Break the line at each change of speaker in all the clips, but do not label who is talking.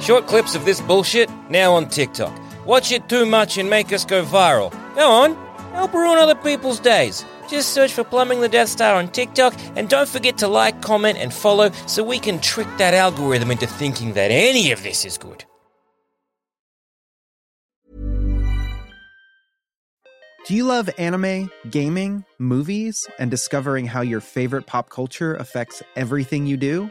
Short clips of this bullshit now on TikTok. Watch it too much and make us go viral. Go on, help ruin other people's days. Just search for Plumbing the Death Star on TikTok and don't forget to like, comment, and follow so we can trick that algorithm into thinking that any of this is good.
Do you love anime, gaming, movies, and discovering how your favorite pop culture affects everything you do?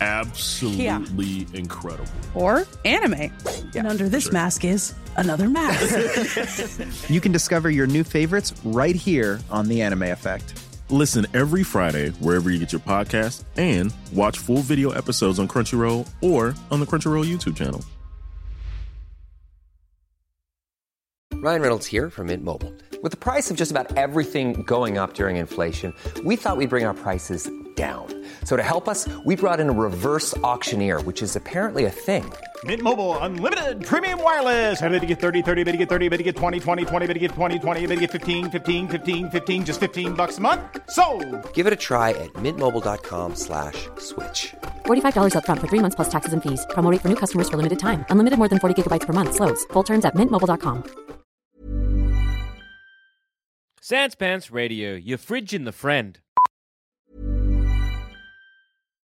absolutely incredible.
Or anime.
and under this mask is another mask.
you can discover your new favorites right here on The Anime Effect.
Listen every Friday wherever you get your podcast and watch full video episodes on Crunchyroll or on the Crunchyroll YouTube channel.
Ryan Reynolds here from Mint Mobile. With the price of just about everything going up during inflation, we thought we'd bring our prices down. So to help us, we brought in a reverse auctioneer, which is apparently a thing.
Mint Mobile unlimited premium wireless. Ready to get 30, 30, bet you get 30, bet you get 20, 20, 20, bet you get 20, 20, bet you get 15, 15, 15, 15, just 15 bucks a month. So,
Give it a try at mintmobile.com slash switch.
$45 upfront for three months plus taxes and fees. Promo rate for new customers for limited time. Unlimited more than 40 gigabytes per month. Slows. Full terms at mintmobile.com.
Sans Pants Radio, your fridge and the friend.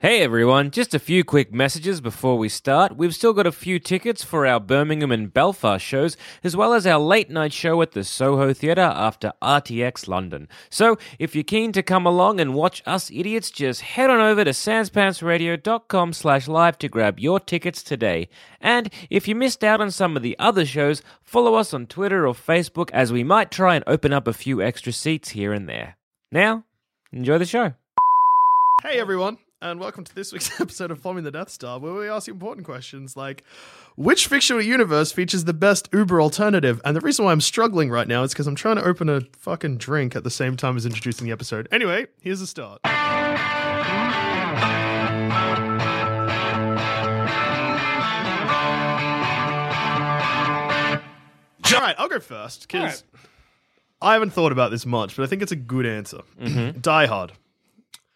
Hey everyone, just a few quick messages before we start. We've still got a few tickets for our Birmingham and Belfast shows, as well as our late night show at the Soho Theatre after RTX London. So, if you're keen to come along and watch us idiots, just head on over to sanspantsradio.com slash live to grab your tickets today. And if you missed out on some of the other shows, follow us on Twitter or Facebook as we might try and open up a few extra seats here and there. Now, enjoy the show.
Hey everyone, and welcome to this week's episode of Plumbing the Death Star, where we ask you important questions like which fictional universe features the best Uber alternative? And the reason why I'm struggling right now is because I'm trying to open a fucking drink at the same time as introducing the episode. Anyway, here's the start. All right, I'll go first because I haven't thought about this much, but I think it's a good answer. Die Hard.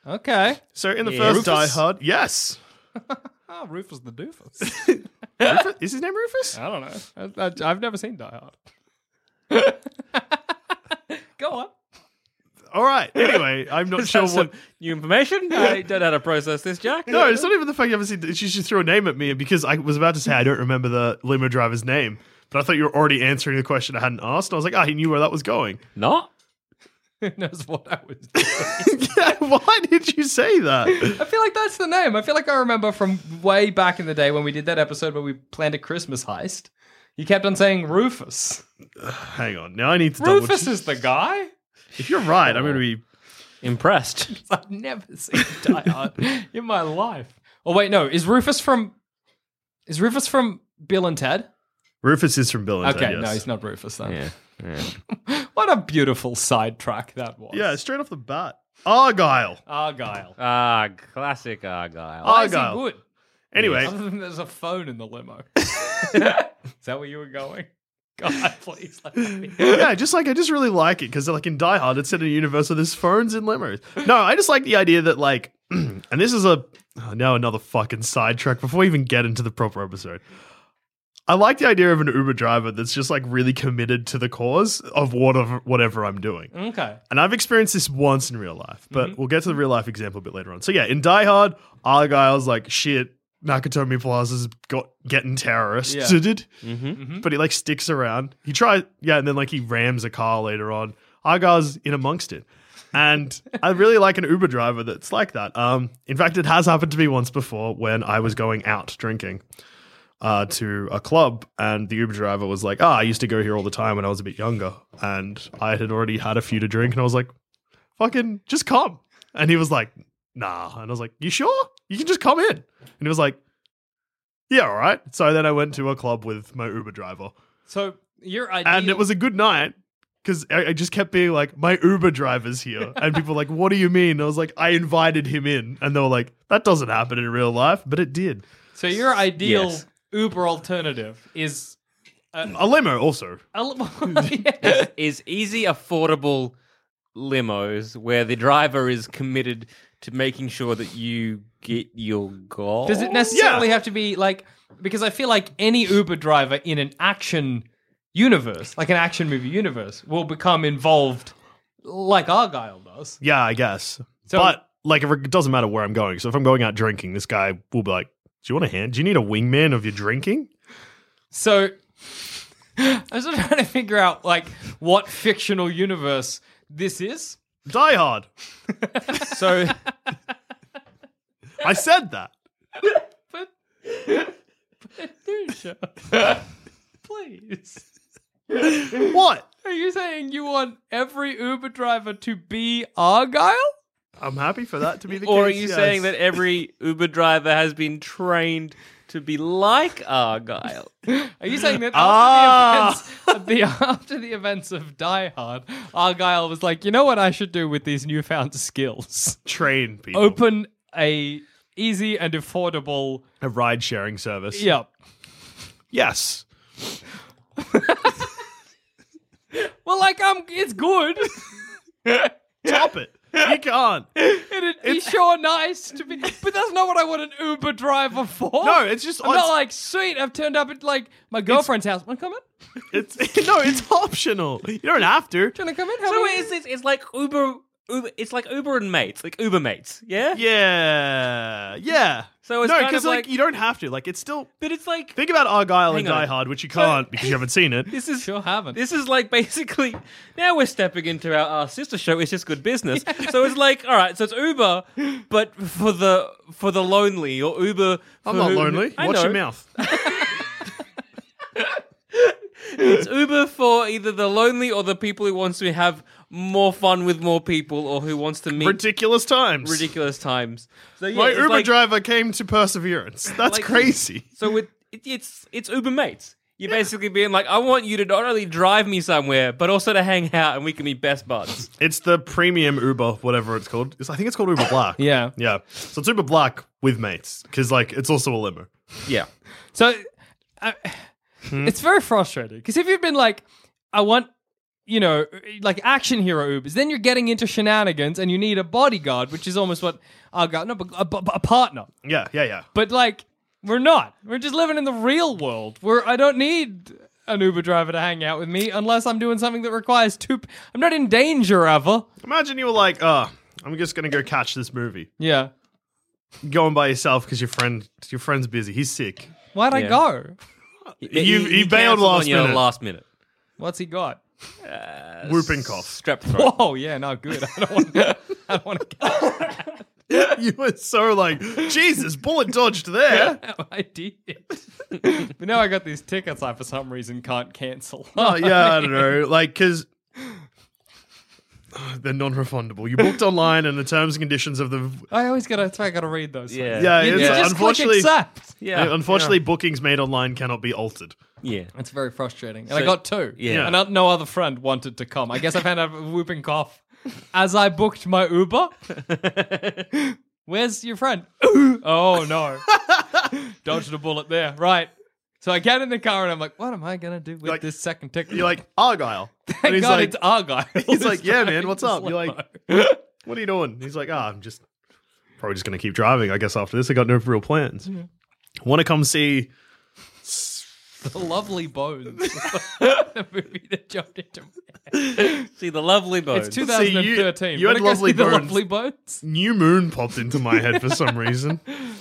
okay.
So in the first
Rufus?
Die Hard, yes.
Oh, Rufus the Doofus.
Rufus? Is his name Rufus?
I don't know. I, I, I've never seen Die Hard. Go on.
All right. Anyway, I'm not
Is
sure
that
what
some new information. I don't know how to process this, Jack.
No, it's not even the fact you haven't seen. She, she threw a name at me, and because I was about to say I don't remember the limo driver's name, but I thought you were already answering the question I hadn't asked. And I was like, ah, he knew where that was going.
Not.
Who knows what I was?
Why did you say that?
I feel like that's the name. I feel like I remember from way back in the day when we did that episode where we planned a Christmas heist. You kept on saying Rufus.
Hang on. Now I need to double
Rufus is the Oh. guy.
If you're right, I'm going to be
impressed.
I've never seen Die Hard in my life. Oh wait, no. Is Rufus from? Is Rufus from Bill and Ted?
Rufus is from Bill and
okay,
Ted.
no,
yes.
he's not Rufus then.
Yeah.
what a beautiful sidetrack that was.
Yeah, straight off the bat. Argyle.
Argyle.
Ah, classic Argyle.
Why is he
Argyle.
good?
Anyway.
Other than there's a phone in the limo. is that where you were going? God, please. Let me.
yeah, just like I just really like it because like in Die Hard, it's set in a universe where there's phones and limos. No, I just like the idea that like, and this is a oh, now another fucking sidetrack before we even get into the proper episode. I like the idea of an Uber driver that's just like really committed to the cause of whatever whatever I'm doing.
Okay.
And I've experienced this once in real life, but we'll get to the real life example a bit later on. So yeah, in Die Hard, Argyle's like shit. Nakatomi Plaza's got getting terroristed, but he like sticks around. He tries, yeah, and then like he rams a car later on. Argyle's in amongst it, and I really like an Uber driver that's like that. Um, in fact, it has happened to me once before when I was going out drinking uh, to a club, and the Uber driver was like, "Ah, I used to go here all the time when I was a bit younger, and I had already had a few to drink, and I was like, fucking just come." And he was like, "Nah," and I was like, "You sure? You can just come in." And he was like, "Yeah, all right." So then I went to a club with my Uber driver,
So your ideal.
and it was a good night. Because I I just kept being like, my Uber driver's here. And people were like, what do you mean? And I was like, I invited him in. And they were like, that doesn't happen in real life, but it did.
So your ideal
Yes.
Uber alternative is
A limo also.
a li- yeah.
is easy, affordable limos where the driver is committed to making sure that you get your goal.
Does it necessarily have to be like because I feel like any Uber driver in an action universe, like an action movie universe, will become involved like Argyle does.
Yeah, I guess.
So-
but like, if it doesn't matter where I'm going. So if I'm going out drinking, this guy will be like, "Do you want a hand? Do you need a wingman of your drinking?"
So I was just trying to figure out like what fictional universe this is.
Die Hard.
So
I said that.
Please.
What?
Are you saying you want every Uber driver to be Argyle?
I'm happy for that to be the case.
or are you
yes.
saying that every Uber driver has been trained to be like Argyle?
Are you saying that after,
Ah!
the, events, the, after the events of Die Hard, Argyle was like, you know what I should do with these newfound skills?
train people
Open a easy and affordable.
a ride sharing service?
Yep.
Yes.
Well, like
um,
I'm, it's good.
Top it. You can't.
It'd be sure nice to be, but that's not what I want an Uber driver for.
No, it's just-
I'm not
it's-
like sweet. I've turned up at like my girlfriend's house. Want to come in?
It's no. It's optional. You don't have to.
Do you want to come in? How
so
are
it's,
you?
it's, it's like Uber, Uber. It's like Uber and mates, like Uber mates. Yeah.
Yeah. Yeah.
So it's
no,
kind of
like,
like-
you don't have to. Like it's still.
But it's like
Think about Argyle and
Hang on.
Die Hard, which you can't because you haven't seen it.
this is
Sure haven't.
This is like basically now we're stepping into our, our sister show. It's just good business. So it's like all right. So it's Uber, but for the for the lonely or Uber. for
I'm not
who-
lonely.
I
Watch
know.
your mouth.
It's Uber for either the lonely or the people who wants to have more fun with more people or who wants to meet
Ridiculous times.
ridiculous times. So yeah,
My
it's
Uber
like-
driver came to Perseverance. That's
Like-
crazy.
So it, it, it's it's Uber mates. You're basically being like, I want you to not only drive me somewhere, but also to hang out and we can be best buds.
It's the premium Uber, whatever it's called. It's- I think it's called Uber Black.
Yeah.
Yeah. So it's Uber Black with mates because, like, it's also a limo.
yeah.
So I it's very frustrating because if you've been like, I want, you know, like action hero Ubers, then you're getting into shenanigans and you need a bodyguard, which is almost what I got. No, uh, but a, but- but a partner.
Yeah. Yeah. Yeah.
But like, We're not. We're just living in the real world where I don't need an Uber driver to hang out with me unless I'm doing something that requires two. P- I'm not in danger ever.
Imagine you were like, uh, I'm just gonna go catch this movie.
Yeah.
Going by yourself because your friend your friend's busy. He's sick.
Why'd I
Yeah.
go?
You you, bailed
canceled on
last
you
minute.
last minute. Uh,
What's he got?
Whooping cough.
Strep throat.
Whoa, yeah, no, good. I don't want. I don't want to
you were so like, Jesus, bullet dodged there.
I did. but now I got these tickets I, for some reason, can't cancel.
Oh, yeah, I don't know. Like, because they're non refundable. You booked online, and the terms and conditions of the.
I always got. to That's why I got to read those.
Yeah,
things. You- you
it's-
just
unfortunately,
click accept.
Yeah, unfortunately, bookings made online cannot be altered.
Yeah,
it's very frustrating. And
So-
I got two.
Yeah.
and not, no other friend wanted to come. I guess I found out a whooping cough as I booked my Uber. Where's your friend? oh no, dodged a bullet there. Right. So I get in the car and I'm like, what am I gonna do with this second ticket?
You're like Argyle.
Thank
And he's
God
like-
it's Argyle.
He's like, yeah,
driving
man, what's up?
this
You're
limo.
like, what are you doing? He's like, ah, I'm just probably just going to keep driving. I guess after this, I got no real plans.
Yeah.
Want to come see?
The Lovely Bones. the movie that jumped into my head.
See the lovely bones.
It's 2013.
You, you had
Wanna go
lovely
see the
bones.
lovely bones.
New Moon popped into my head for some reason.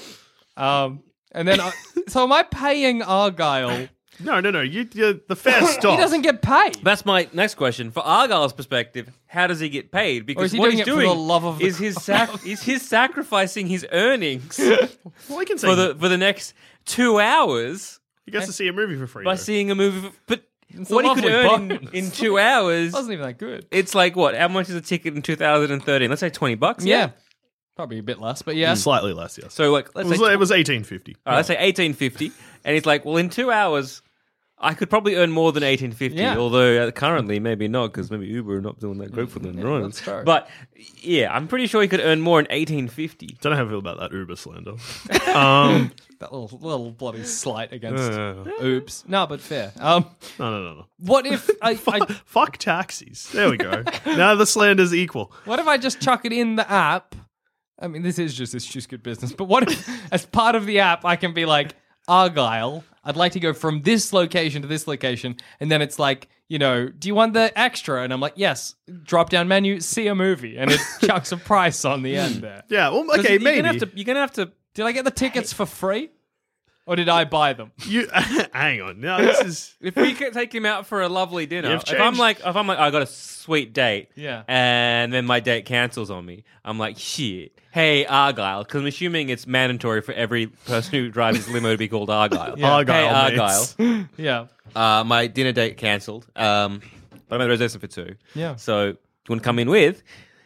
Um, and then, I, so am I paying Argyle?
No, no, no. You, you the fair stop.
He doesn't get paid.
That's my next question. For Argyle's perspective, how does he get paid? Because
is he
what
doing
he's
it for
doing
the love of the
is his sac- is his sacrificing his earnings
Well, he can say
for the for the next two hours
he
Eh?
gets to see a movie for free.
by
though.
seeing a movie. f- But
It's a
what he could
lovely
earn in,
bonus.
in two hours,
wasn't even that good.
it's like what? How much is a ticket in 2013? Let's say 20 bucks.
Yeah. Probably a bit less, but yeah.
Mm, Slightly less, yes.
So like, let's
it was,
say
it was 1850.
All right, let's say eighteen fifty, and he's like, "Well, in two hours, I could probably earn more than eighteen fifty.
Yeah.
Although uh, currently, maybe not, because maybe Uber are not doing that
Mm,
great for them. right?
that's true.
But yeah, I'm pretty sure he could earn more in eighteen fifty.
Don't know how I feel about that Uber slander. um,
That little, little bloody slight against
Yeah.
oops. No, but fair. Um,
no, no, no, no.
what if I, I
Fuck taxis. There we go. now the slander's equal.
What if I just chuck it in the app? I mean, this is just this just good business. But what if, as part of the app, I can be like Argyle? I'd like to go from this location to this location, and then it's like, you know, do you want the extra? And I'm like, yes. Drop down menu, see a movie, and it chucks a price on the end there.
Yeah. Well,
'Cause
okay,
you're
maybe.
Gonna have to, you're gonna have to.
Did I get the tickets for free, or did I buy them?
You hang on. Now this is
If we could take him out for a lovely dinner,
You've
if I'm
changed.
like, if I'm like, I got a sweet date,
Yeah.
and then my date cancels on me, I'm like, shit. Hey, Argyle, because I'm assuming it's mandatory for every person who drives this limo to be called Argyle. hey,
Argyle, mates.
Argyle.
Yeah.
Uh, my dinner date cancelled. Um, but I'm at a reservation for two.
Yeah.
So do you want to come in with?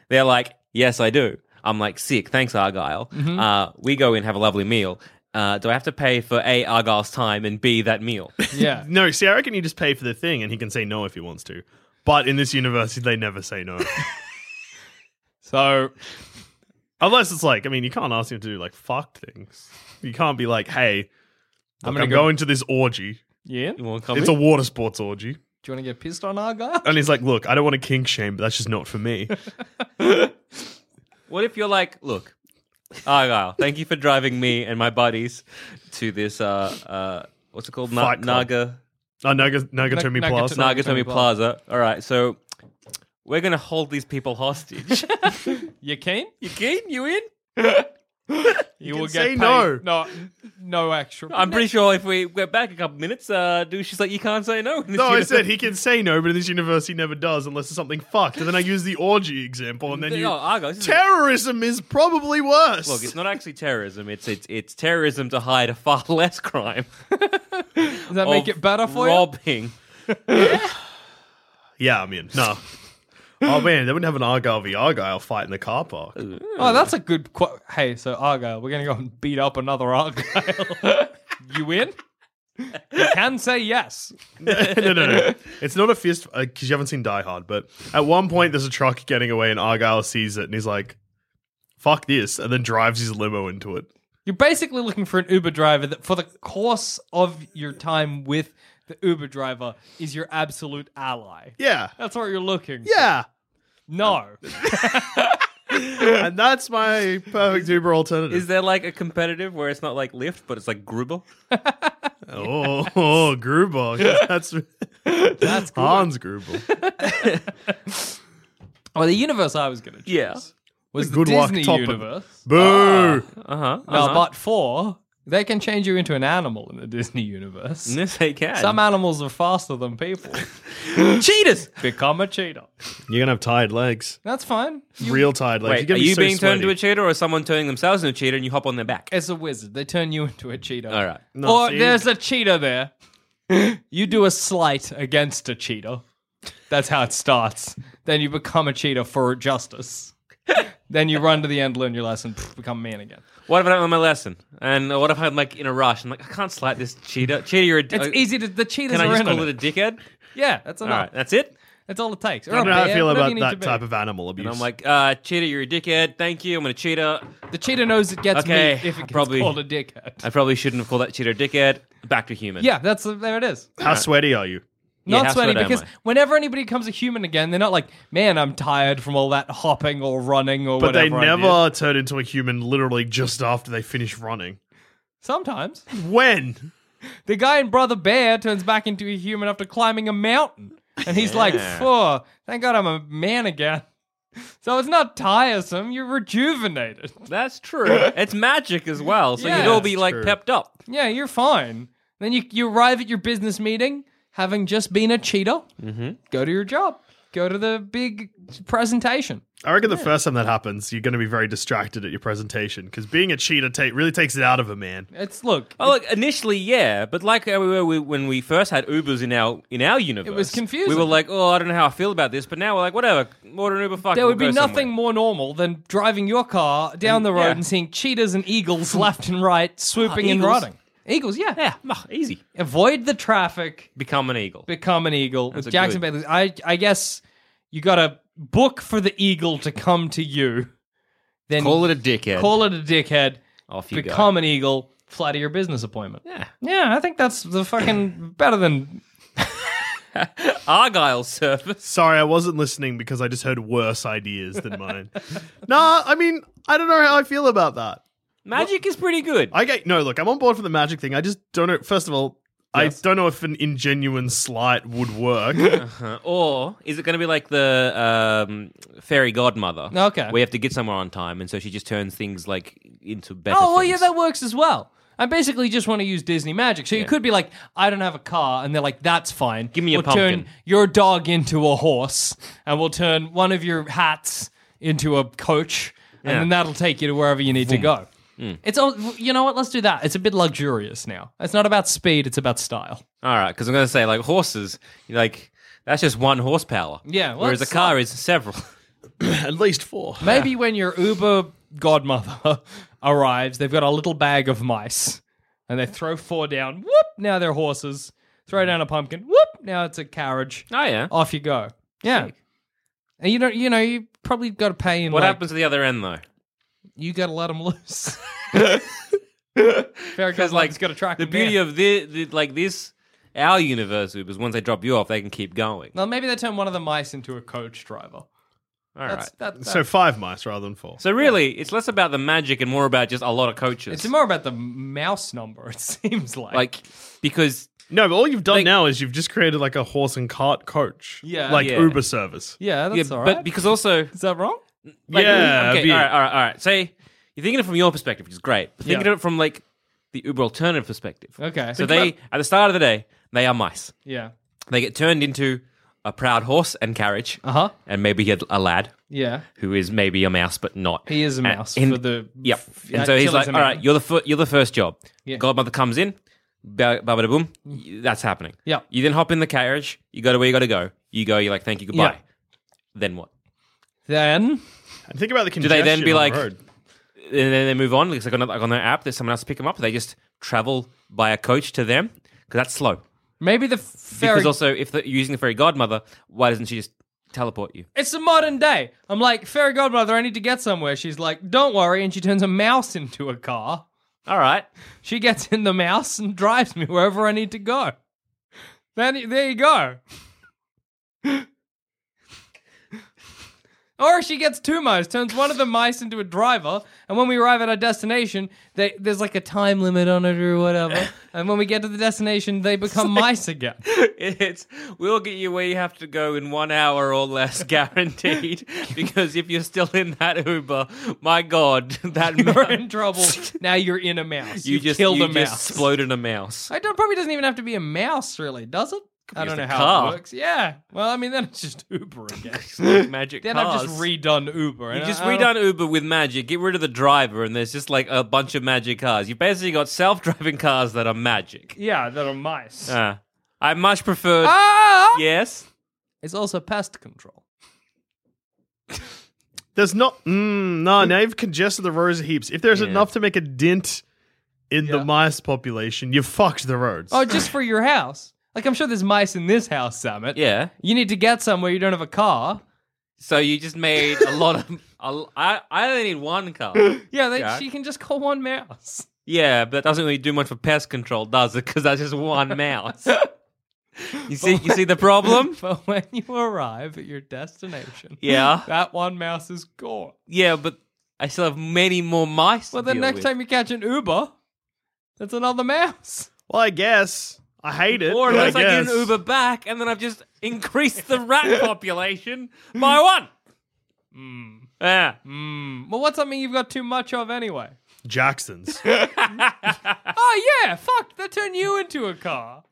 They're like, yes, I do. I'm like, sick. Thanks, Argyle. Uh, we go in, have a lovely meal. Uh, do I have to pay for A, Argyle's time and B, that meal?
Yeah.
no. See, I reckon you just pay for the thing, and he can say no if he wants to. But in this universe, they never say no,
So
unless it's like I mean, you can't ask him to do like fucked things. You can't be like, hey,
I'm
I'm
gonna
going to
go-
go into this orgy.
yeah.
You want to come
It's a
in?
water sports orgy,
Do you want to get pissed on Argyle?
and he's like, look, I don't want to kink shame, but that's just not for me.
what if you're like, look, Argyle, thank you for driving me and my buddies to this, uh, uh, what's it called?
Fight Club.
Naga.
oh, Naga, Nagatomi
Nag-
Plus.
Nagatomi
Nagatomi-
Plaza. All right, so we're going to hold these people hostage.
You keen?
you keen? You in?
You,
can
will get
say
paid.
no.
No, no extra.
I'm pretty sure if we went back a couple minutes, uh, dude, she's like, you can't say no. in this
No, I
universe."
said he can say no, but in this universe he never does unless it's something fucked. And then I use the orgy example, and then you
No, Argo, this is-
terrorism is probably worse.
Look, it's not actually terrorism. It's it's it's terrorism to hide a far less crime.
Does that make
of
it better for you?
robbing.
yeah, I mean, no. oh man, they wouldn't have an Argyle v Argyle fight in the car park.
Oh, that's a good quote. Hey, so Argyle, we're going to go and beat up another Argyle. you in? You can say yes.
no, no, no. It's not a fist because you haven't seen Die Hard. But at one point, there's a truck getting away, and Argyle sees it, and he's like, "Fuck this!" and then drives his limo into it.
You're basically looking for an Uber driver that, for the course of your time with the Uber driver, is your absolute ally.
Yeah,
That's what you're looking. for.
yeah.
No.
and that's my perfect Uber alternative.
Is there like a competitive where it's not like Lyft, but it's like Gruber?
Oh, oh Grubel. Yeah, That's that's Hans Grubel.
Well, the universe I was going to choose
Yeah.
was
The
the,
Good Walk
Disney
Toppen.
universe.
Boo.
Uh-huh,
Now,
uh-huh.
but four, they can change you into an animal in the Disney universe.
Yes, they can.
Some animals are faster than people.
Cheetahs!
Become a cheetah.
You're gonna have tired legs,
That's fine. You-
real tired legs.
Wait,
You're
are
gonna be
you
so
being turned into a
sweaty.
cheetah or is someone turning themselves into a cheetah and you hop on their back?
It's a wizard. They turn you into a cheetah.
All right.
No,
or
see?
Oh, there's a cheetah there. you do a slight against a cheetah. That's how it starts. then you become a cheetah for justice. then you run to the end, learn your lesson, pff, become a man again.
What if I don't learn my lesson? And what if I'm like in a rush? I'm like, I can't slide this cheetah. Cheetah, you're a
It's
uh,
easy to the cheetahs
Can I
are
just
in
call
on
it a
it.
dickhead?
Yeah, that's
All
enough.
right, that's it.
That's all it takes.
I don't know how I feel about that type
of.
of animal abuse.
And I'm like, uh, cheetah, you're a dickhead. Thank you. I'm gonna cheetah.
The cheetah knows it gets
Okay,
me if
I
it gets
probably-
called a dickhead.
I probably shouldn't have called that cheetah a dickhead. Back to human.
Yeah, that's there it is.
how sweaty are you?
Yeah,
Not
how
sweaty
sweaty am
because
I?
whenever anybody becomes a human again, they're not like, man, I'm tired from all that hopping or running or
But they
whatever. I did."
never turn into a human literally just after they finish running.
Sometimes
When?
the guy in Brother Bear turns back into a human after climbing a mountain, and he's like, "Phew, thank God I'm a man again." So it's not tiresome. You're rejuvenated.
That's true. it's magic as well, so
Yeah,
you'd all be
that's
like
true.
pepped up.
Yeah, you're fine. Then you you arrive at your business meeting having just been a cheater. Mm-hmm. Go to your job. Go to the big presentation.
I reckon the first time that happens, you're going to be very distracted at your presentation because being a cheater ta- really takes it out of a man.
It's look.
Oh, look, initially, yeah, but like how we were we, when we first had Ubers in our in our universe,
was confusing.
We were like, oh, I don't know how I feel about this, but now we're like, whatever, order an Uber. Fuck,
there
it,
would
we'll
be
go
nothing
somewhere.
more normal than driving your car down the road
yeah.
and seeing cheetahs and eagles left and right swooping and
eagles.
rotting. Eagles, yeah.
Yeah, mah, easy.
Avoid the traffic,
Become an eagle.
become an eagle.
That's a
With Jackson
good-
Bailey, I I guess you got to book for the eagle to come to you. Then
Call it a dickhead.
call it a dickhead.
Off you
become an eagle. Fly to your business appointment.
Yeah.
Yeah, I think that's the fucking better than
go. Argyle surface.
Sorry, I wasn't listening because I just heard worse ideas than mine. nah, Uh, I mean, I don't know how I feel about that.
Magic is pretty good.
I get no look. I'm on board for the magic thing. I just don't know. First of all, I don't know if an ingenuine slight would work.
Uh, or is it going to be like the um, fairy godmother?
Okay.
We have to get somewhere on time, and so she just turns things like into better.
Oh, well, yeah,
things.
that works as well. I basically just want to use Disney magic. So you could be like, I don't have a car, and they're like, that's fine.
Give me a
we'll
pumpkin."
turn your dog into a horse, and we'll turn one of your hats into a coach,
Yeah.
and then that'll take you to wherever you need to go. It's all, you know what? Let's do that. It's a bit luxurious now. It's not about speed, it's about style.
All right, because I'm going to say like horses, you're like that's just one horsepower.
Yeah, well,
whereas a
it's
car
not-
is several.
At least four.
Maybe when your Uber godmother arrives, they've got a little bag of mice and they throw four down. Whoop! Now they're horses. Throw down a pumpkin. Whoop! Now it's a carriage.
Oh yeah.
Off you go. Yeah. And you don't, you know, you probably got to pay in.
What
like,
happens to the other end though?
You got to let them loose. Fair
Because
because
like
like got to track
the
'em
beauty
down.
of this, like this, our universe Ubers. Once they drop you off, they can keep going.
Well, maybe they turn one of the mice into a coach driver.
All right.
That's, that, that's
So five mice rather than four.
So really, it's less about the magic and more about just a lot of coaches.
It's more about the mouse number. It seems like
like because
No, but all you've done
Like-
now is you've just created like a horse and cart coach.
Yeah.
Like
Yeah.
Uber service.
yeah, that's
yeah,
all right.
but because also
Is that wrong?
Like,
yeah.
Okay.
be-
All right. All right. All right. So you're thinking it from your perspective, which is great. But thinking
Yeah.
of it from like the Uber alternative perspective.
Okay.
So they at the start of the day they are mice.
Yeah.
They get turned into a proud horse and carriage,
Uh huh.
and maybe a, a lad
Yeah.
who is maybe a mouse but not.
He is a
And-
mouse
and-
for the.
Yep.
f-
And
uh,
so he's
killer's
like,
a
all
man."
right, you're the fir- you're the first job.
Yeah. Mm.
Godmother comes in, ba- ba- bada boom. y- That's happening.
Yeah.
You then hop in the carriage. You go to where you got to go. You go. You're like, thank you, goodbye.
Yeah.
Then what?
Then
And think about the
they
congestion.
then be
on the
like-
road.
and then they move on because like on, like on their app there's someone else to pick them up they just travel by a coach to them because that's slow
maybe the fairy.
because also if they're using the fairy godmother why doesn't she just teleport you
it's a modern day. I'm like, fairy godmother, I need to get somewhere. She's like, don't worry, and she turns a mouse into a car.
all right
She gets in the mouse and drives me wherever I need to go. Then there you go. Or she gets two mice, turns one of the mice into a driver, and when we arrive at our destination, they, there's like a time limit on it or whatever. And when we get to the destination, they become mice again.
It's we'll get you where you have to go in one hour or less, guaranteed. because if you're still in that Uber, my God, that
You're in trouble. Now you're in a mouse.
you
You,
just
killed
you
a
just
mouse.
exploded a mouse.
I don't, probably doesn't even have to be a mouse, really, does it? I don't
just
know
a
how
car.
it works. Yeah. Well, I mean, then it's just Uber again.
like magic
then I've
cars.
just redone Uber.
You
and I-
just
I don't-
redone Uber with magic. Get rid of the driver, and there's just like a bunch of magic cars. You basically got self-driving cars that are magic.
Yeah, that are mice.
Uh, I much prefer.
Ah!
Yes.
It's also pest control.
There's not. Mm, no, now you've congested the roads heaps. If there's
Yeah.
enough to make a dent in the mice population, you've fucked the roads.
Oh, just for your house. Like, I'm sure there's mice in this house, Summit.
Yeah.
You need to get somewhere you don't have a car.
So you just made a lot of. A, I I only need one car.
Yeah, they,
Jack.
she can just call one mouse.
Yeah, but that doesn't really do much for pest control, does it? Because that's just one mouse. You see, you see the problem?
But when you arrive at your destination,
Yeah.
that one mouse is gone.
Yeah, but I still have many more mice.
Well, the next time you catch an Uber, that's another mouse.
Well, I guess I hate it.
or
but
unless I, get
guess.
an Uber back, and then I've just increased the rat population by one. Hmm. Yeah.
Mm. Well, what's something you've got too much of anyway?
Jacksons.
Oh yeah, fuck! They turn you into a car.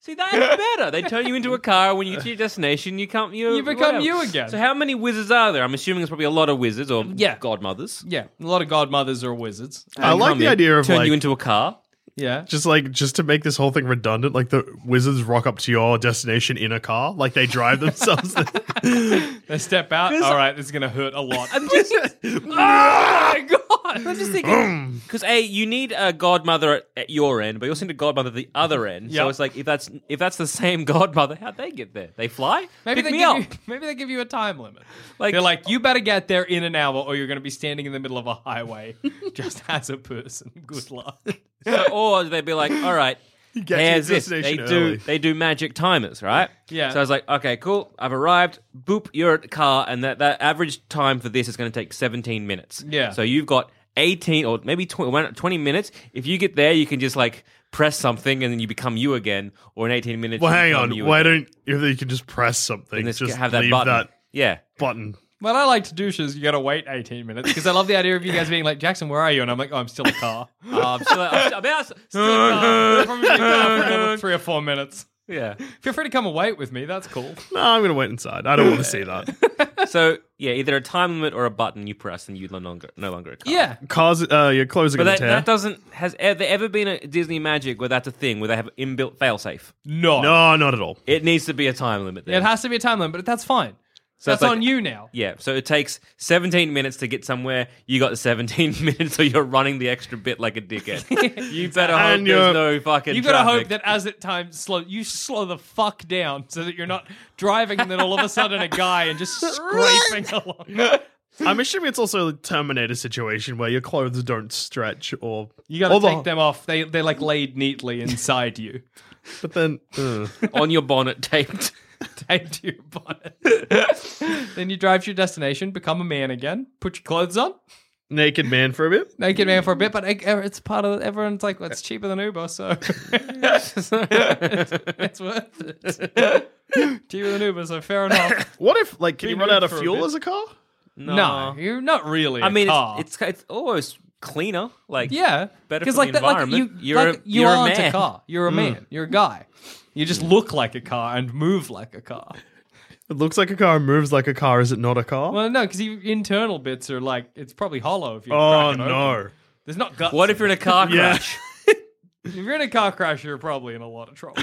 See, that's better. They turn you into a car when you get to your destination. You come, you,
You become
whatever.
you again.
So, how many wizards are there? I'm assuming there's probably a lot of wizards or
Yeah.
godmothers.
Yeah, a lot of godmothers are wizards.
I like
Come
the
in,
idea of
turn
like
you into a car.
Yeah,
just like just to make this whole thing redundant. Like the wizards rock up to your destination in a car, like they drive themselves.
they step out. All right, this is gonna hurt a lot.
I'm just, oh my god! I'm just thinking because a you need a godmother at, at your end, but you also need a godmother at the other end. So
Yep.
it's like if that's if that's the same godmother, how'd they get there? They fly?
Maybe
Pick
they
me
give
up.
you, maybe they give you a time limit.
Like-
Like they're like, you better get there in an hour, or you're going to be standing in the middle of a highway just as a person. Good luck.
So- or they'd be like, all right.
to your
Here's this. They
destination
do
early.
they do magic timers, right?
Yeah.
So I was like, okay, cool. I've arrived. Boop, you're at the car, and that, that average time for this is going to take 17 minutes.
Yeah.
So you've got 18 or maybe 20, why not 20 minutes. If you get there, you can just like press something, and then you become you again. Or in 18 minutes,
well,
you
hang
become
on.
you
Why
again.
don't if you can just press something,
And just
just
have that
leave
button?
that
Yeah.
button.
What I like to do is you got to wait 18 minutes because I love the idea of you guys being like, Jackson, where are you? And I'm like, oh, I'm still a car.
Oh, I'm still, I'm still, I'm out- still
I'll
gone.
probably be a car for another three or four minutes.
yeah.
Feel free to come and wait with me. That's cool.
No, I'm gonna wait inside. I don't want to see that.
So yeah, either a time limit or a button you press, and you no longer no longer a car.
Yeah.
Cause uh, your clothes are
But
gonna
that,
tear.
that doesn't has e- there ever been a Disney Magic where that's a thing where they have inbuilt failsafe?
No.
no, not at all.
It needs to be a time limit. Then.
It has to be a time limit, but that's fine.
So it's
that's
like-
on you now.
yeah, so it takes 17 minutes to get somewhere. You got the 17 minutes, so you're running the extra bit like a dickhead. you better hope
And
there's
you're-
no fucking.
You gotta
traffic.
hope that as it time slow, you slow the fuck down so that you're not driving and then all of a sudden a guy and just scraping along.
I'm assuming it's also a Terminator situation where your clothes don't stretch or
You gotta
or the-
take them off. They they're like laid neatly inside you,
But then uh,
on your bonnet taped.
taped to your bonnet. then you drive to your destination, become a man again, put your clothes on,
naked man for a bit.
naked man for a bit. But it- it's part of everyone's like, well, it's cheaper than Uber, so it's, it's worth it. cheaper than Uber, so fair enough.
What if like can
Be
you run
nude
out of
for a
fuel
bit.
as a car?
No, you're not really.
I
a
mean,
car.
it's, it's it's almost cleaner. Like
Yeah,
better for
'Cause
the
like that- like
environment.
you,
are
like, you
you're a
aren't
man.
car. You're a man. You're a guy. You just look like a car and move like a car.
It looks like a car, moves like a car. Is it not a car?
Well, no, because your internal bits are like it's probably hollow. If you
oh
crack it open.
no!
there's not guts.
What if you're in a car
Yeah.
crash?
If you're in a car crash, you're probably in a lot of trouble.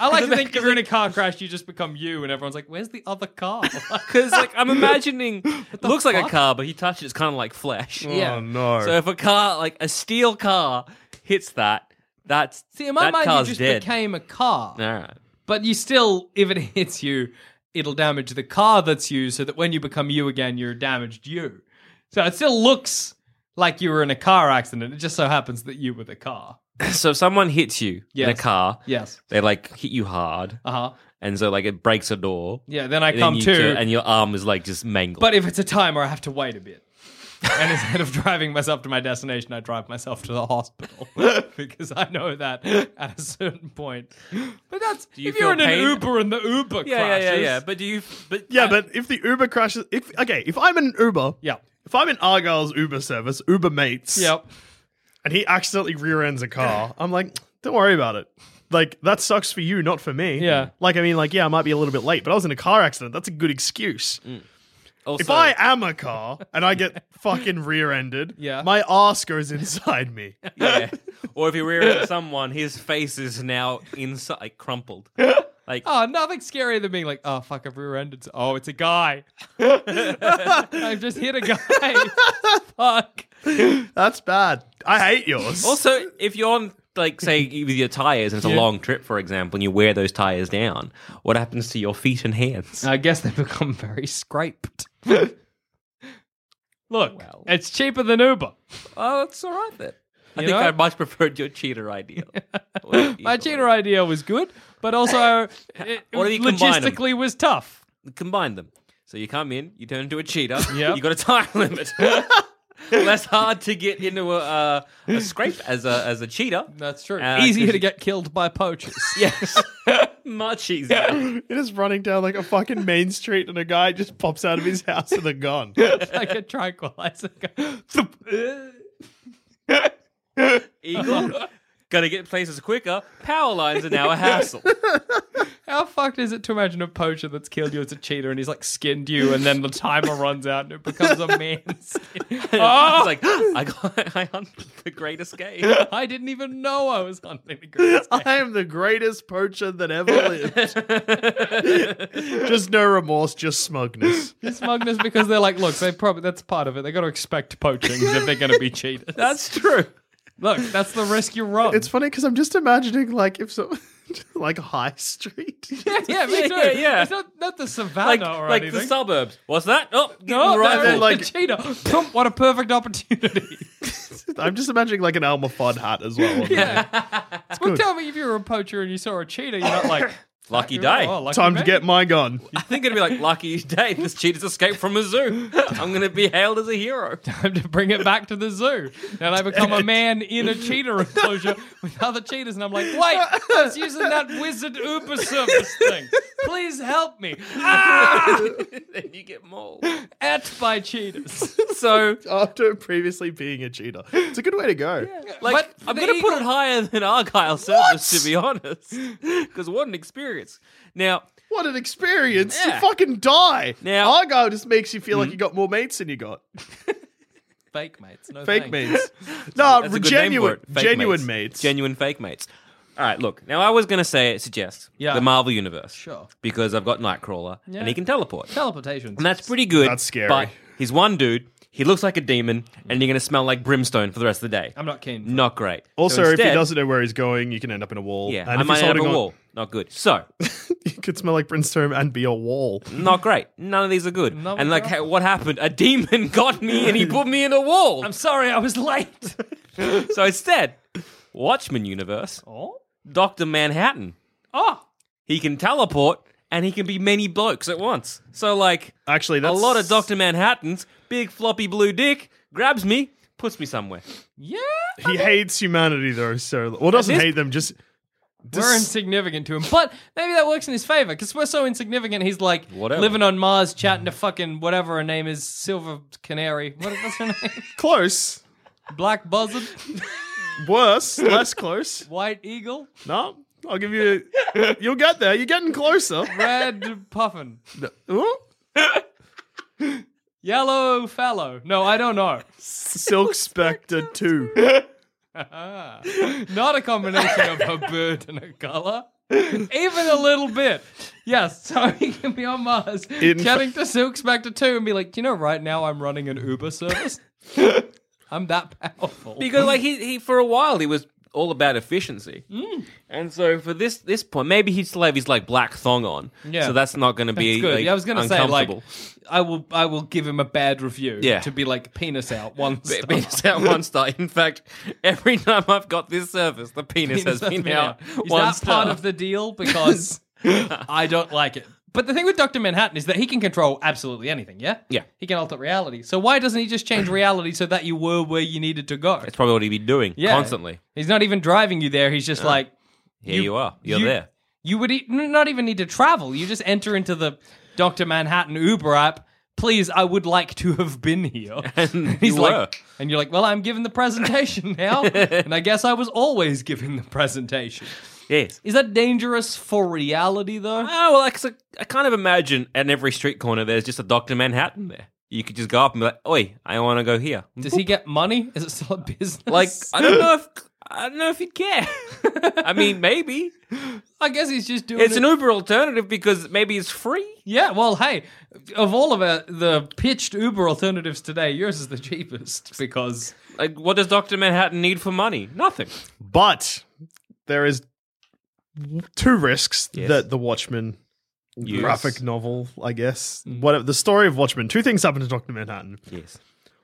I like to think if you're in a car crash, you just become you, and everyone's like, "Where's the other car?"
Because like I'm imagining, it looks like a
fuck?
car, but you touch it, it's kind of like flesh.
Yeah.
Oh no!
So if a car, like a steel car, hits that, that's
See, in my
that
mind, you
car's
just
dead.
became a car.
All right.
But you still, if it hits you, it'll damage the car that's you, so that when you become you again, you're damaged you. So it still looks like you were in a car accident. It just so happens that you were the car.
So if someone hits you in a
Yes.
car,
Yes.
they like hit you hard,
Uh huh.
and so like it breaks a door.
Yeah, then I
And
come
you
to.
ju- and your arm is like just mangled.
But if it's a timer, I have to wait a bit. and instead of driving myself to my destination, I drive myself to the hospital because I know that at a certain point. But that's
Do you
if you're in
feel
an
pain?
Uber and the Uber
Yeah, yeah,
crashes.
yeah, yeah. But do you? But
Yeah, but if the Uber crashes, if okay, if I'm in an Uber,
yeah,
if I'm in Argyle's Uber service, Uber mates,
Yep.
and he accidentally rear ends a car, I'm like, don't worry about it. Like that sucks for you, not for me.
Yeah.
Like I mean, like yeah, I might be a little bit late, but I was in a car accident. That's a good excuse.
Mm.
if
Also-
I am a car and I get fucking rear-ended,
Yeah.
my ass goes inside me.
yeah. Or if you rear at someone, his face is now inside like, crumpled. Like
Oh, nothing scarier than being like, oh fuck, I've rear-ended. Oh, it's a guy. I've just hit a guy. fuck.
That's bad. I hate yours.
Also, if you're on, like, say, with your tires and it's
Yeah.
a long trip, for example, and you wear those tires down, what happens to your feet and hands?
I guess they become very scraped. Look, it's cheaper than Uber.
Oh, it's all right then. I
You
think
know?
I much preferred your cheater idea.
My cheater idea was good, but also it,
What do you combine 'em?
logistically was tough.
Combine them. So you come in, you turn into a cheater.
Yep.
You got a time limit. Less hard to get into a, uh, a scrape as a as a cheater.
That's true.
Uh, 'cause
Easier to
you-
get killed by poachers.
Yes. Much easier.
You're just running down like a fucking main street and a guy just pops out of his house with a gun.
like a tranquilizer.
Eagle. Gotta get places quicker. Power lines are now a hassle.
How fucked is it to imagine a poacher that's killed you as a cheater and he's like skinned you and then the timer runs out and it becomes a man's skin? Oh,
It's like I got I hunted the great escape.
I didn't even know I was hunting the great escape.
I am the greatest poacher that ever lived. just no remorse, just smugness.
This smugness because they're like, look, they probably that's part of it. They got to expect poachings if they're going to be cheaters.
That's true.
Look, that's the risk you run.
It's funny because I'm just imagining like if so, like High Street.
yeah, me
Yeah,
too.
yeah, yeah.
It's not, not the savannah
Like
or
like
anything.
the suburbs. What's that? Oh,
no,
no, right
they're
there.
like
like-
the cheater. Thump, what a perfect opportunity.
I'm just imagining like an Alma Fudd hat as well.
Yeah. well, tell me if you were a poacher and you saw a cheater, you're not like
Lucky day.
Oh, lucky
Time
me.
to get my gun.
I think it'd be like lucky day. This cheater's escaped from a zoo. I'm gonna be hailed as a hero.
Time to bring it back to the zoo. Now they become a man in a cheater enclosure with other cheaters, and I'm like, wait, I was using that wizard Uber service thing. Please help me. Ah!
then you get mauled.
At by cheaters.
So
After previously being a cheater, it's a good way to go.
like
But
I'm
the
gonna
eagle-
put it higher than Argyle service to be honest. Because what an experience. Now
What an experience!
Yeah.
You fucking die.
Now-
Argyle just makes you
Mm.
feel like you got more mates than you got.
Fake mates. No
Fake
thanks.
mates. No,
That's a good name for
genuine,
it. Fake
genuine mates.
Genuine fake mates. All right, look. Now I was going to say suggest
Yeah.
the Marvel universe.
Sure.
Because I've got Nightcrawler
Yeah.
and he can teleport.
Teleportation.
And that's pretty good.
That's scary.
But he's one dude, he looks like a demon and you're going to smell like brimstone for the rest of the day.
I'm not keen. for it.
Not great. So
Also, if he
instead-
doesn't know where he's going, you can end up in a wall.
Yeah,
and
I
if
might
he's
have a
holding on-
wall. Not good. So,
you could smell like brimstone and be a wall.
not great. None of these are good.
None
and like,
were-
hey, what happened? A demon got me and he put me in a wall.
I'm sorry, I was late.
so instead, Watchmen universe,
oh,
Doctor Manhattan.
oh,
he can teleport and he can be many blokes at once. So like
Uh,
Actually,
a
that's
lot of Doctor Manhattan's big floppy blue dick grabs me, puts me somewhere.
yeah.
He hates humanity though, so well doesn't
this-
hate them. Just
We're
dis-
insignificant to him, but maybe that works in his favor because we're so insignificant. He's like
Whatever.
living on Mars, chatting to fucking whatever her name is, Silver Canary. What, what's her name?
close,
Black Buzzard,
worse, less close.
White Eagle,
No, I'll give you. You'll get there. You're getting closer.
Red Puffin,
Ooh,
Yellow Fallow. No, I don't know.
Silk Spectre two.
Not a combination of a bird and a color. Even a little bit. Yes, so he can be on Mars
In-
chatting to Silk Spectre 2 and be like, Do you know right now I'm running an Uber service? I'm that powerful.
Because like he, he for a while he was all about efficiency.
Mm.
And so for this this point, maybe he'd still have his like black thong on.
Yeah.
So that's not gonna be
That's good.
like,
yeah, I was gonna say like
uncomfortable.
I will I will give him a bad review
Yeah.
to be like penis out one
Pe-
star.
Penis out one star. In fact, every time I've got this service, the penis, has been out
Is
one
that
star.
part of the deal? Because I don't like it. But the thing with Dr. Manhattan is that he can control absolutely anything, yeah?
Yeah.
He can alter reality. So why doesn't he just change reality so that you were where you needed to go?
It's probably what he'd be doing
Yeah.
constantly.
He's not even driving you there. He's just
Yeah.
like,
Here you, are. You're
you-
there.
You would e- n- not even need to travel. You just enter into the Dr. Manhattan Uber app. Please, I would like to have been here. And he's
you
like,
were.
and you're like, well, I'm given the presentation now, and I guess I was always given the presentation.
Yes.
Is that dangerous for reality though?
Oh well, I, 'cause I, I kind of imagine at every street corner there's just a Doctor Manhattan there. You could just go up and be like, "Oi, I want to go here."
Does he get money? Is it still a business?
Like, I don't know if I don't know if he'd care. I mean, maybe
I guess he's just doing.
it's
it-
an Uber alternative because maybe it's free.
Yeah, well, hey, of all of uh, the pitched Uber alternatives today, yours is the cheapest because
Like, what does Doctor Manhattan need for money? Nothing.
But there is two risks that the Watchmen
Yes.
graphic novel, I guess, what the story of Watchmen. Two things happen to Doctor Manhattan.
Yes.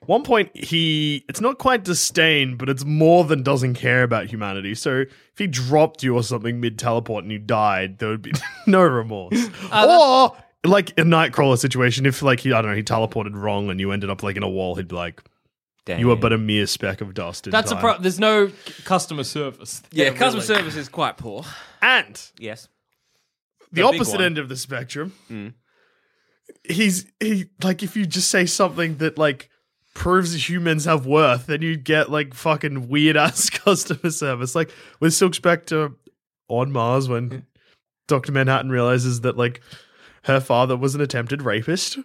One point, he it's not quite disdain, but it's more than doesn't care about humanity. So if he dropped you or something mid teleport and you died, there would be no remorse.
Uh,
or like a Nightcrawler situation, if like he I don't know he teleported wrong and you ended up like in a wall, he'd be like, "You were but a mere speck of dust." In
that's a
time."
pro- there's no c- customer service.
Yeah,
there,
customer
really.
service is quite poor.
And
Yes.
the,
The big
opposite
one.
end of the spectrum.
Mm.
He's he like if you just say something that like proves humans have worth, then you get like fucking weird ass customer service. Like with Silk Spectre on Mars when Dr. Manhattan realizes that like her father was an attempted rapist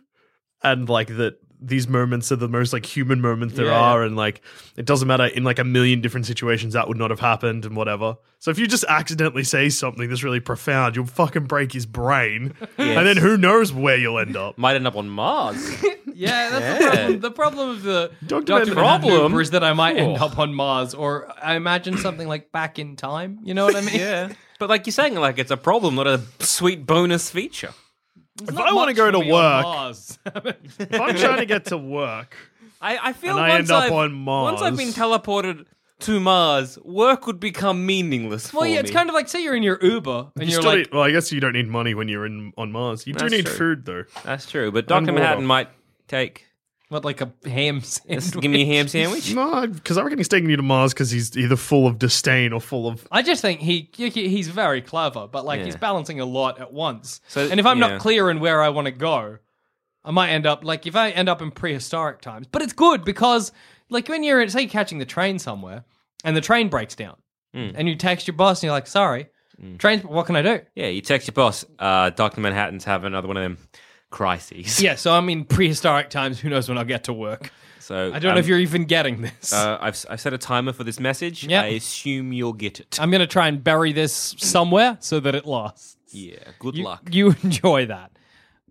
and like that these moments are the most like human moment there
Yeah,
are and like it doesn't matter in like a million different situations that would not have happened and whatever so if you just accidentally say something that's really profound you'll fucking break his brain and then who knows where you'll end up
might end up on mars
Yeah, that's
Yeah.
the problem. The problem of the
Dr.
Doctor
Manhattan.
Problem is that I might end
Cool.
up on Mars, or I imagine something like back in time. You know what I mean?
yeah. But like you're saying, like it's a problem, not a sweet bonus feature.
if i want to go to work
if
if i'm trying to get to work
I, I feel
And I
once
end up
have
on Mars.
Once I've been teleported to Mars, work would become meaningless.
Well,
for
yeah, it's kind of like say you're in your Uber and
you
you are
still
like,
need- well i guess you don't need money when you're in on mars you do
That's
need
true.
food though
of that's true. But
And
Doctor Manhattan might take.
what, like a ham sandwich?
Give me a ham sandwich.
no because i reckon he's taking you to mars because he's either full of disdain or full of
I just think he he- he's very clever, but like he's
Yeah.
balancing a lot at once.
So-
and if I'm
yeah.
not clear in where I want to go, I might end up like if I end up in prehistoric times. But it's good because like when you're say catching the train somewhere and the train breaks down,
Mm.
and you text your boss and you're like, "Sorry, trains. What can I do?"
Yeah, you text your boss. Uh, Doctor Manhattan's having another one of them crises.
Yeah, so I'm in prehistoric times. Who knows when I'll get to work?
So
I don't know if
um,
you're even getting this.
Uh, I've s- I've set a timer for this message.
Yeah.
I assume you'll get it.
I'm gonna try and bury this somewhere so that it lasts.
Yeah. Good
you,
luck.
You enjoy that.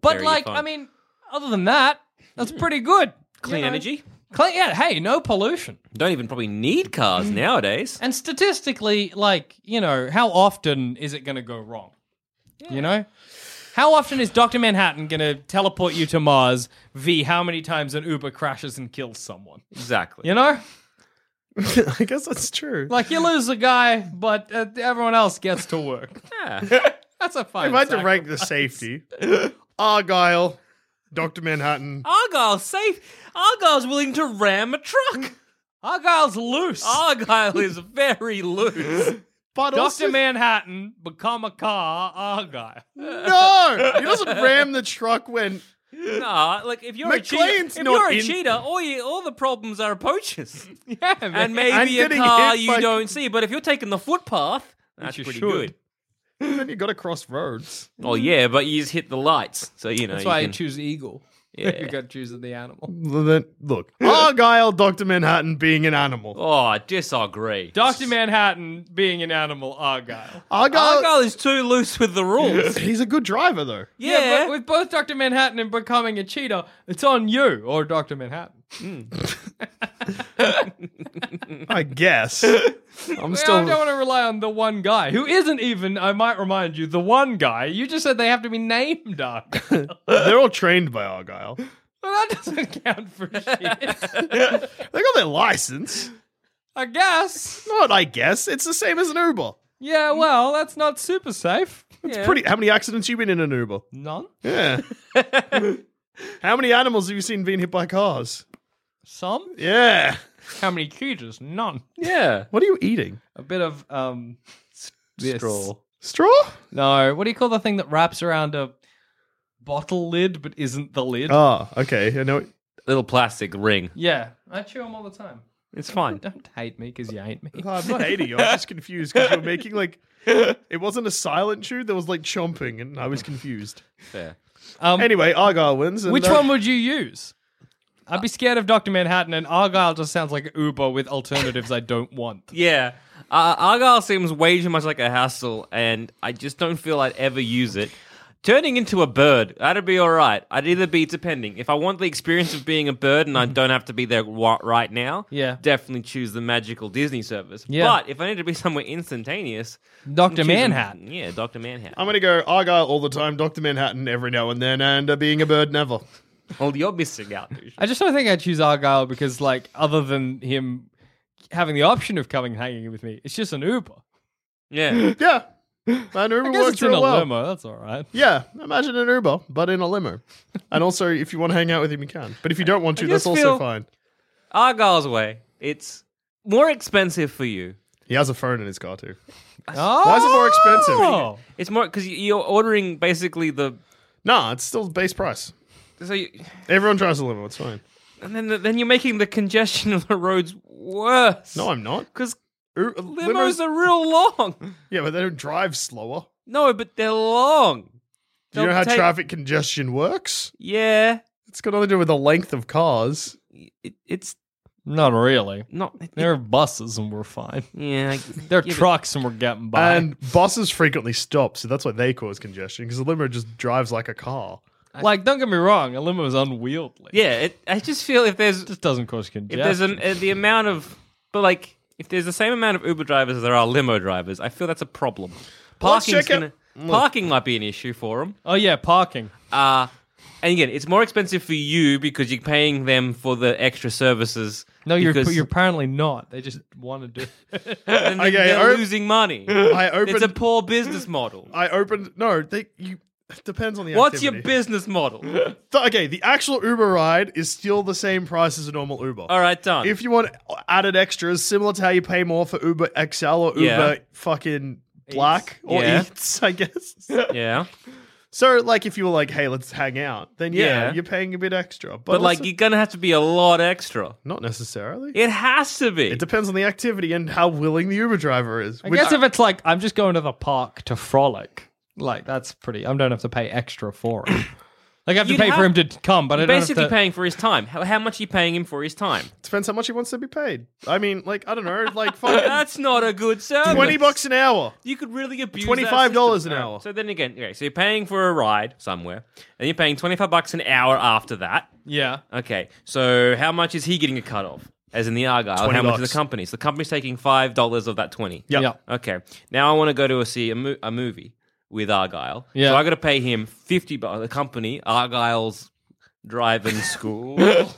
But
Very
like,
fun.
I mean, other than that, that's pretty good.
Clean
You know?
energy.
Clean, yeah. Hey, no pollution. Mm.
Don't even probably need cars nowadays.
And statistically, like, you know, how often is it going to go wrong? You know? How often is Dr. Manhattan going to teleport you to Mars v how many times an Uber crashes and kills someone?
Exactly.
You know?
i guess that's true
Like, you lose a guy, but uh, everyone else gets to work.
Yeah.
That's a fine
If I had to
sac-
rank the safety, Argyle, Dr. Manhattan.
Argyle's safe. Argyle's willing to ram a truck.
Argyle's loose.
Argyle is very loose.
But
Dr.
also,
Manhattan become a car Argyle.
no! He doesn't ram the truck when.
Nah, like if you're a
McLean's
cheater, if
not
you're a
in-
cheater, all you, all the problems are poachers,
Yeah, man.
and
I'm
maybe a
getting
car
hit
you
by-
don't see. But if you're taking the footpath, that's
you
pretty
should.
good.
Then you gotta cross roads.
Oh yeah, but you just hit the lights, so you know.
That's
you
why
can-
I choose eagle.
Yeah.
you got choose the animal.
Then, look, Argyle, Dr. Manhattan being an animal.
Oh, I disagree.
Doctor Manhattan being an animal Argyle.
Argyle,
Argyle is too loose with the rules.
he's a good driver, though.
Yeah.
but with both Doctor Manhattan and becoming a cheater, it's on you or Doctor Manhattan.
I guess. I'm
Well,
still.
I don't want to rely on the one guy who isn't even. I might remind you, the one guy. You just said they have to be named after. well,
They're all trained by Argyle.
that doesn't count for shit.
They got their license.
I guess.
Not, I guess. It's the same as an Uber.
Yeah, well, that's not super safe.
It's pretty. How many accidents you been in an Uber?
None.
Yeah. how many animals have you seen being hit by cars?
Some?
Yeah.
How many creatures? None.
Yeah.
What are you eating?
A bit of um this.
straw.
Straw?
No, what do you call the thing that wraps around a bottle lid but isn't the lid?
Oh, okay. I know.
Little plastic ring.
Yeah, I chew them all the time.
It's fine.
Don't hate me because you hate me.
Oh, I'm not hating you. I'm just confused because you were making like it wasn't a silent chew. There was like chomping, and I was confused.
Fair.
Um,
anyway, Argyle wins. And,
Which
uh,
one would you use? I'd be scared of Dr. Manhattan, and Argyle just sounds like Uber with alternatives I don't want.
Yeah. Uh, Argyle seems way too much like a hassle, and I just don't feel I'd ever use it. Turning into a bird, that'd be all right. I'd either be depending. If I want the experience of being a bird and I don't have to be there wa- right now,
Mm-hmm. Yeah.
definitely choose the magical Disney service.
Yeah.
But if I need to be somewhere instantaneous, I'm
Dr.
choosing-
Manhattan.
Yeah, Dr. Manhattan.
I'm gonna go Argyle all the time, Doctor Manhattan every now and then, and uh, being a bird never.
Well, you're missing out, dude.
I just don't think I'd choose Argyle because, like, other than him having the option of coming and hanging with me, it's just an Uber.
Yeah.
Yeah, an Uber
I guess
works
it's in
real
a
well.
limo. That's all right.
Yeah, imagine an Uber, but in a limo. and also, if you want to hang out with him, you can. But if you don't want to, that's
just feel-
also fine.
Argyle's way. It's more expensive for you.
He has a phone in his car too.
Oh!
Why is it more expensive?
It's more because you're ordering basically the.
Nah, it's still base price.
So you,
Everyone drives a limo. It's fine.
and then then you're making the congestion of the roads worse.
No, I'm not.
because
Ur-
limos are real long.
Yeah, but they don't drive slower.
No, but they're long.
Do you know
They'll
how
take-
traffic congestion works?
Yeah,
It's got nothing to do with the length of cars.
it, it's
Not really.
not. it-
There are buses and we're fine.
yeah, I-
There are
yeah, but-
trucks and we're getting by.
And buses frequently stop, so that's why they cause congestion because the limo just drives like a car.
like, don't get me wrong, a limo is unwieldy.
Yeah, it, I just feel if there's
It just doesn't cause
if
congestion.
there's an uh, the amount of but like if there's the same amount of Uber drivers as there are limo drivers, I feel that's a problem.
Well, let's
Parking's
check out-
gonna, parking might be an issue for them.
oh, yeah, parking.
Uh, and again, it's more expensive for you because you're paying them for the extra services.
No, you're,
because
you're apparently not. They just want to do
and then
Okay,
they're
I-
losing money.
I
It's a
opened.
poor business model.
I opened. No, they. You it depends on the.
What's your
activity.
business model?
Th- okay, the actual Uber ride is still the same price as a normal Uber.
All right, done.
If you want added extras, similar to how you pay more for Uber XL or Uber
Yeah.
fucking Black or
Yeah.
Eats, I guess.
yeah,
so, like, if you were like, "Hey, let's hang out," then yeah,
Yeah.
you're paying a bit extra. But,
but, like
also-
you're gonna have to be a lot extra.
not necessarily.
It has to be.
It depends on the activity and how willing the Uber driver is.
I
Which-
guess if it's like I'm just going to the park to frolic, like that's pretty. I don't have to pay extra for it. Like I have
You'd
to pay for him
have-
to come, but I
You're
don't
basically
have to.
paying for his time. How, how much are you paying him for his time?
depends how much he wants to be paid. I mean, like, I don't know, like fucking
That's not a good service.
twenty bucks an hour.
You could really abuse that
$25
system.
an
All right,
hour.
So then again, okay, so you're paying for a ride somewhere, and you're paying twenty five bucks an hour after that.
yeah,
Okay, so how much is he getting a cut off? As in the Argyle, how
20
much is
bucks.
the company? So the company's taking five dollars of that twenty.
Yeah.
yeah.
Okay. Now I want to go to a, see a, mo- a movie with Argyle.
Yeah.
So I got to pay him fifty bucks. The company Argyle's driving school. All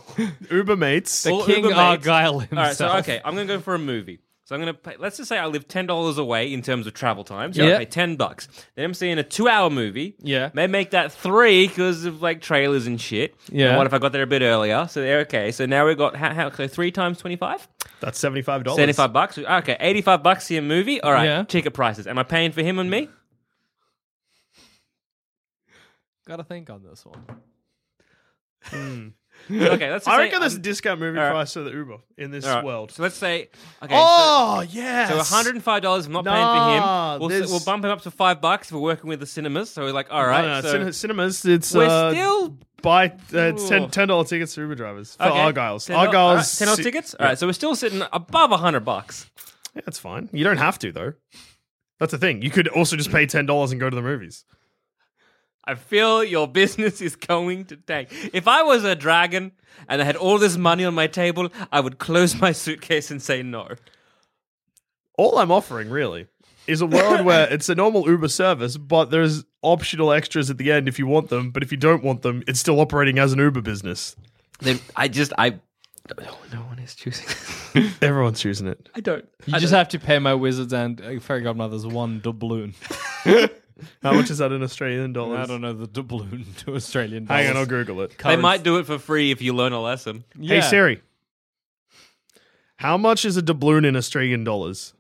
Uber mates.
The
All
King
Uber mates-
Argyle himself.
right. So okay, I'm gonna go for a movie. So I'm gonna pay. Let's just say I live ten dollars away in terms of travel time. So
Yeah.
I pay ten bucks. Then I'm seeing a two-hour movie.
Yeah.
They make that three because of like trailers and shit.
Yeah.
And what if I got there a bit earlier? So they're okay. So now we've got how, how so three times twenty-five.
Oh,
That's seventy five dollars.
75 bucks. Okay, 85 bucks to see a movie. All right,
Yeah.
ticket prices. Am I paying for him and me?
Got to think on this one.
Okay, let's just
I
say
reckon
I'm-
there's a discount movie
all right.
price for the Uber in this
all right,
world.
So let's say okay.
oh
so, so
yes.
$105 I'm not
Nah,
paying for him. We'll, s-
there's-
we'll bump him up to 5 bucks if we're working with the cinemas. So we're like, all right.
No, no,
so
cin- cinemas. It's
we're
uh,
still
buy uh, it's
Ooh.
ten ten dollar tickets for Uber drivers for
okay,
Argyles.
$10 all right,
Argyles
$10
si-
tickets? All right, so we're still sitting above 100 bucks.
Yeah, that's fine. You don't have to though. That's the thing. You could also just pay ten dollars and go to the movies.
I feel your business is going to tank. If I was a dragon and I had all this money on my table, I would close my suitcase and say no.
All I'm offering really is a world where it's a normal Uber service, but there's optional extras at the end if you want them. But if you don't want them, it's still operating as an Uber business.
Then I just I no, no one is choosing.
Everyone's choosing it.
I don't. You just have to pay my wizards and uh, fairy godmothers one doubloon.
How much is that in Australian dollars?
I don't know the doubloon to Australian.
Hang on,
dollars.
I'll Google it.
They might do it for free if you learn a lesson.
Hey Siri, how much is a doubloon in Australian dollars?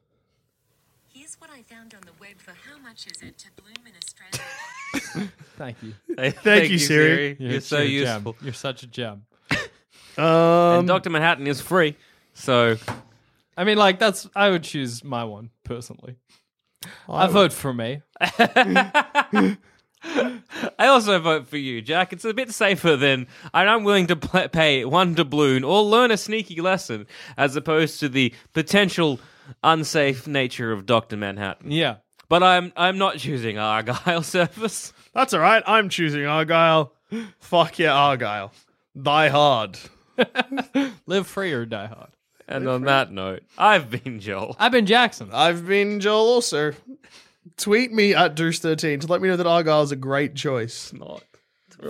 Thank you.
Thank,
you, Siri.
You're,
You're
so
a gem.
useful. Um,
You're such a gem.
and Dr. Manhattan is free. So
I mean, like that's. I would choose my one personally. I,
would.
vote for me.
I also vote for you, Jack. It's a bit safer than and I'm willing to pl- pay one doubloon or learn a sneaky lesson as opposed to the potential unsafe nature of Dr. Manhattan.
Yeah.
But I'm I'm not choosing Argyle service.
That's all right. I'm choosing Argyle. Fuck yeah, Argyle. Die hard.
Live free or die hard.
And on that note, I've been Joel.
I've been Jackson.
I've been Joel also. Tweet me at Deuce13 to let me know that Argyle's a great choice.
Not.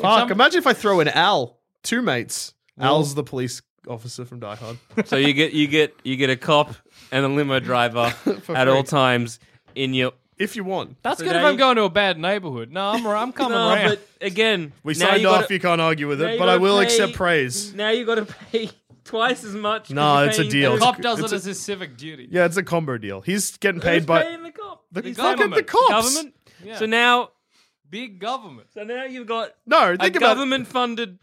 Fuck, imagine if I throw in Al. Two mates. Al's the police officer from Die Hard.
So you get you get you get a cop and a limo driver at all times in your
If you want.
That's good if
Today-
I'm going to a bad neighborhood. No, I'm I'm coming
No,
around.
but again,
We
now
signed
you
off,
gotta-
you can't argue with
now
it,
you
but I
gotta
will
pay-
accept praise.
Now you got to pay twice as much. 'cause
Nah,
you're
it's a
paying
deal.
the
the
cop.
cop does
it's
it
a-
as his civic duty.
Yeah, it's a combo deal. He's getting
Who's
paid by
paying the cop.
the,
The
he's not getting the
government.
cops.
government.
Yeah.
So now,
Big government.
so now you've got
No,
a
think about it.
government-funded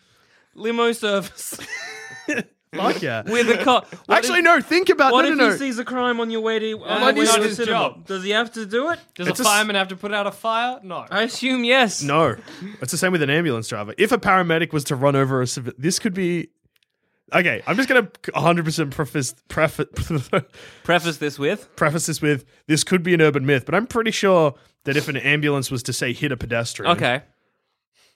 limo service
Fuck yeah.
with a cop. What
Actually,
if-
no, think about
What
no,
if
no,
he
no.
sees a crime on your way to on your
Why do
way
you
to
do
the
his
cinema?
job?
Does he have to do it?
Does
It's a
a
s-
fireman have to put out a fire? No.
I assume yes.
No, it's the same with an ambulance driver. If a paramedic was to run over a civil, this could be. Okay, I'm just gonna 100 percent preface preface
Preface this with
preface this with this could be an urban myth, but I'm pretty sure that if an ambulance was to say hit a pedestrian,
okay.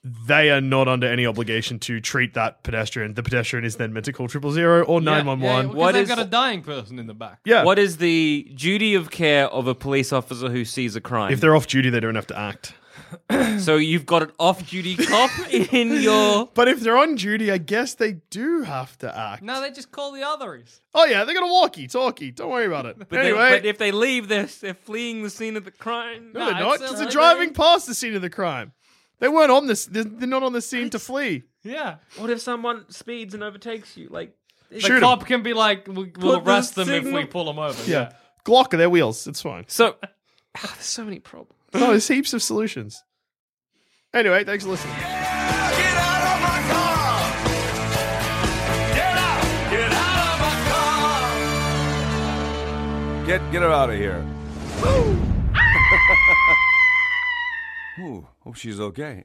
they are not under any obligation to treat that pedestrian. The pedestrian is then meant to call triple zero or nine one
Yeah,
one.
What
what they've
is-
got a dying person in the back.
Yeah,
What is the duty of care of a police officer who sees a crime?
if they're off duty, they don't have to act.
so you've got an off-duty cop in your.
But if they're on duty, I guess they do have to act.
No, they just call the others.
oh yeah, they got a walkie talkie. Don't worry about it.
But,
anyway,
they, but if they leave, they're, they're fleeing the scene of the crime. Ah,
No, they're
Nah,
not.
it's
Because
a-
they're driving past the scene of the crime. They weren't on this. They're, they're not on the scene to flee.
Yeah.
What if someone speeds and overtakes you? Like,
The
Shoot 'em.
cop can be like, we, we'll
Put the
arrest them if we
signal-
pull them over.
Yeah. Glock are their wheels. It's fine.
so there's so many problems.
No, there's heaps of solutions. Anyway, thanks for listening.
Get get her out of here. Ooh, hope she's okay.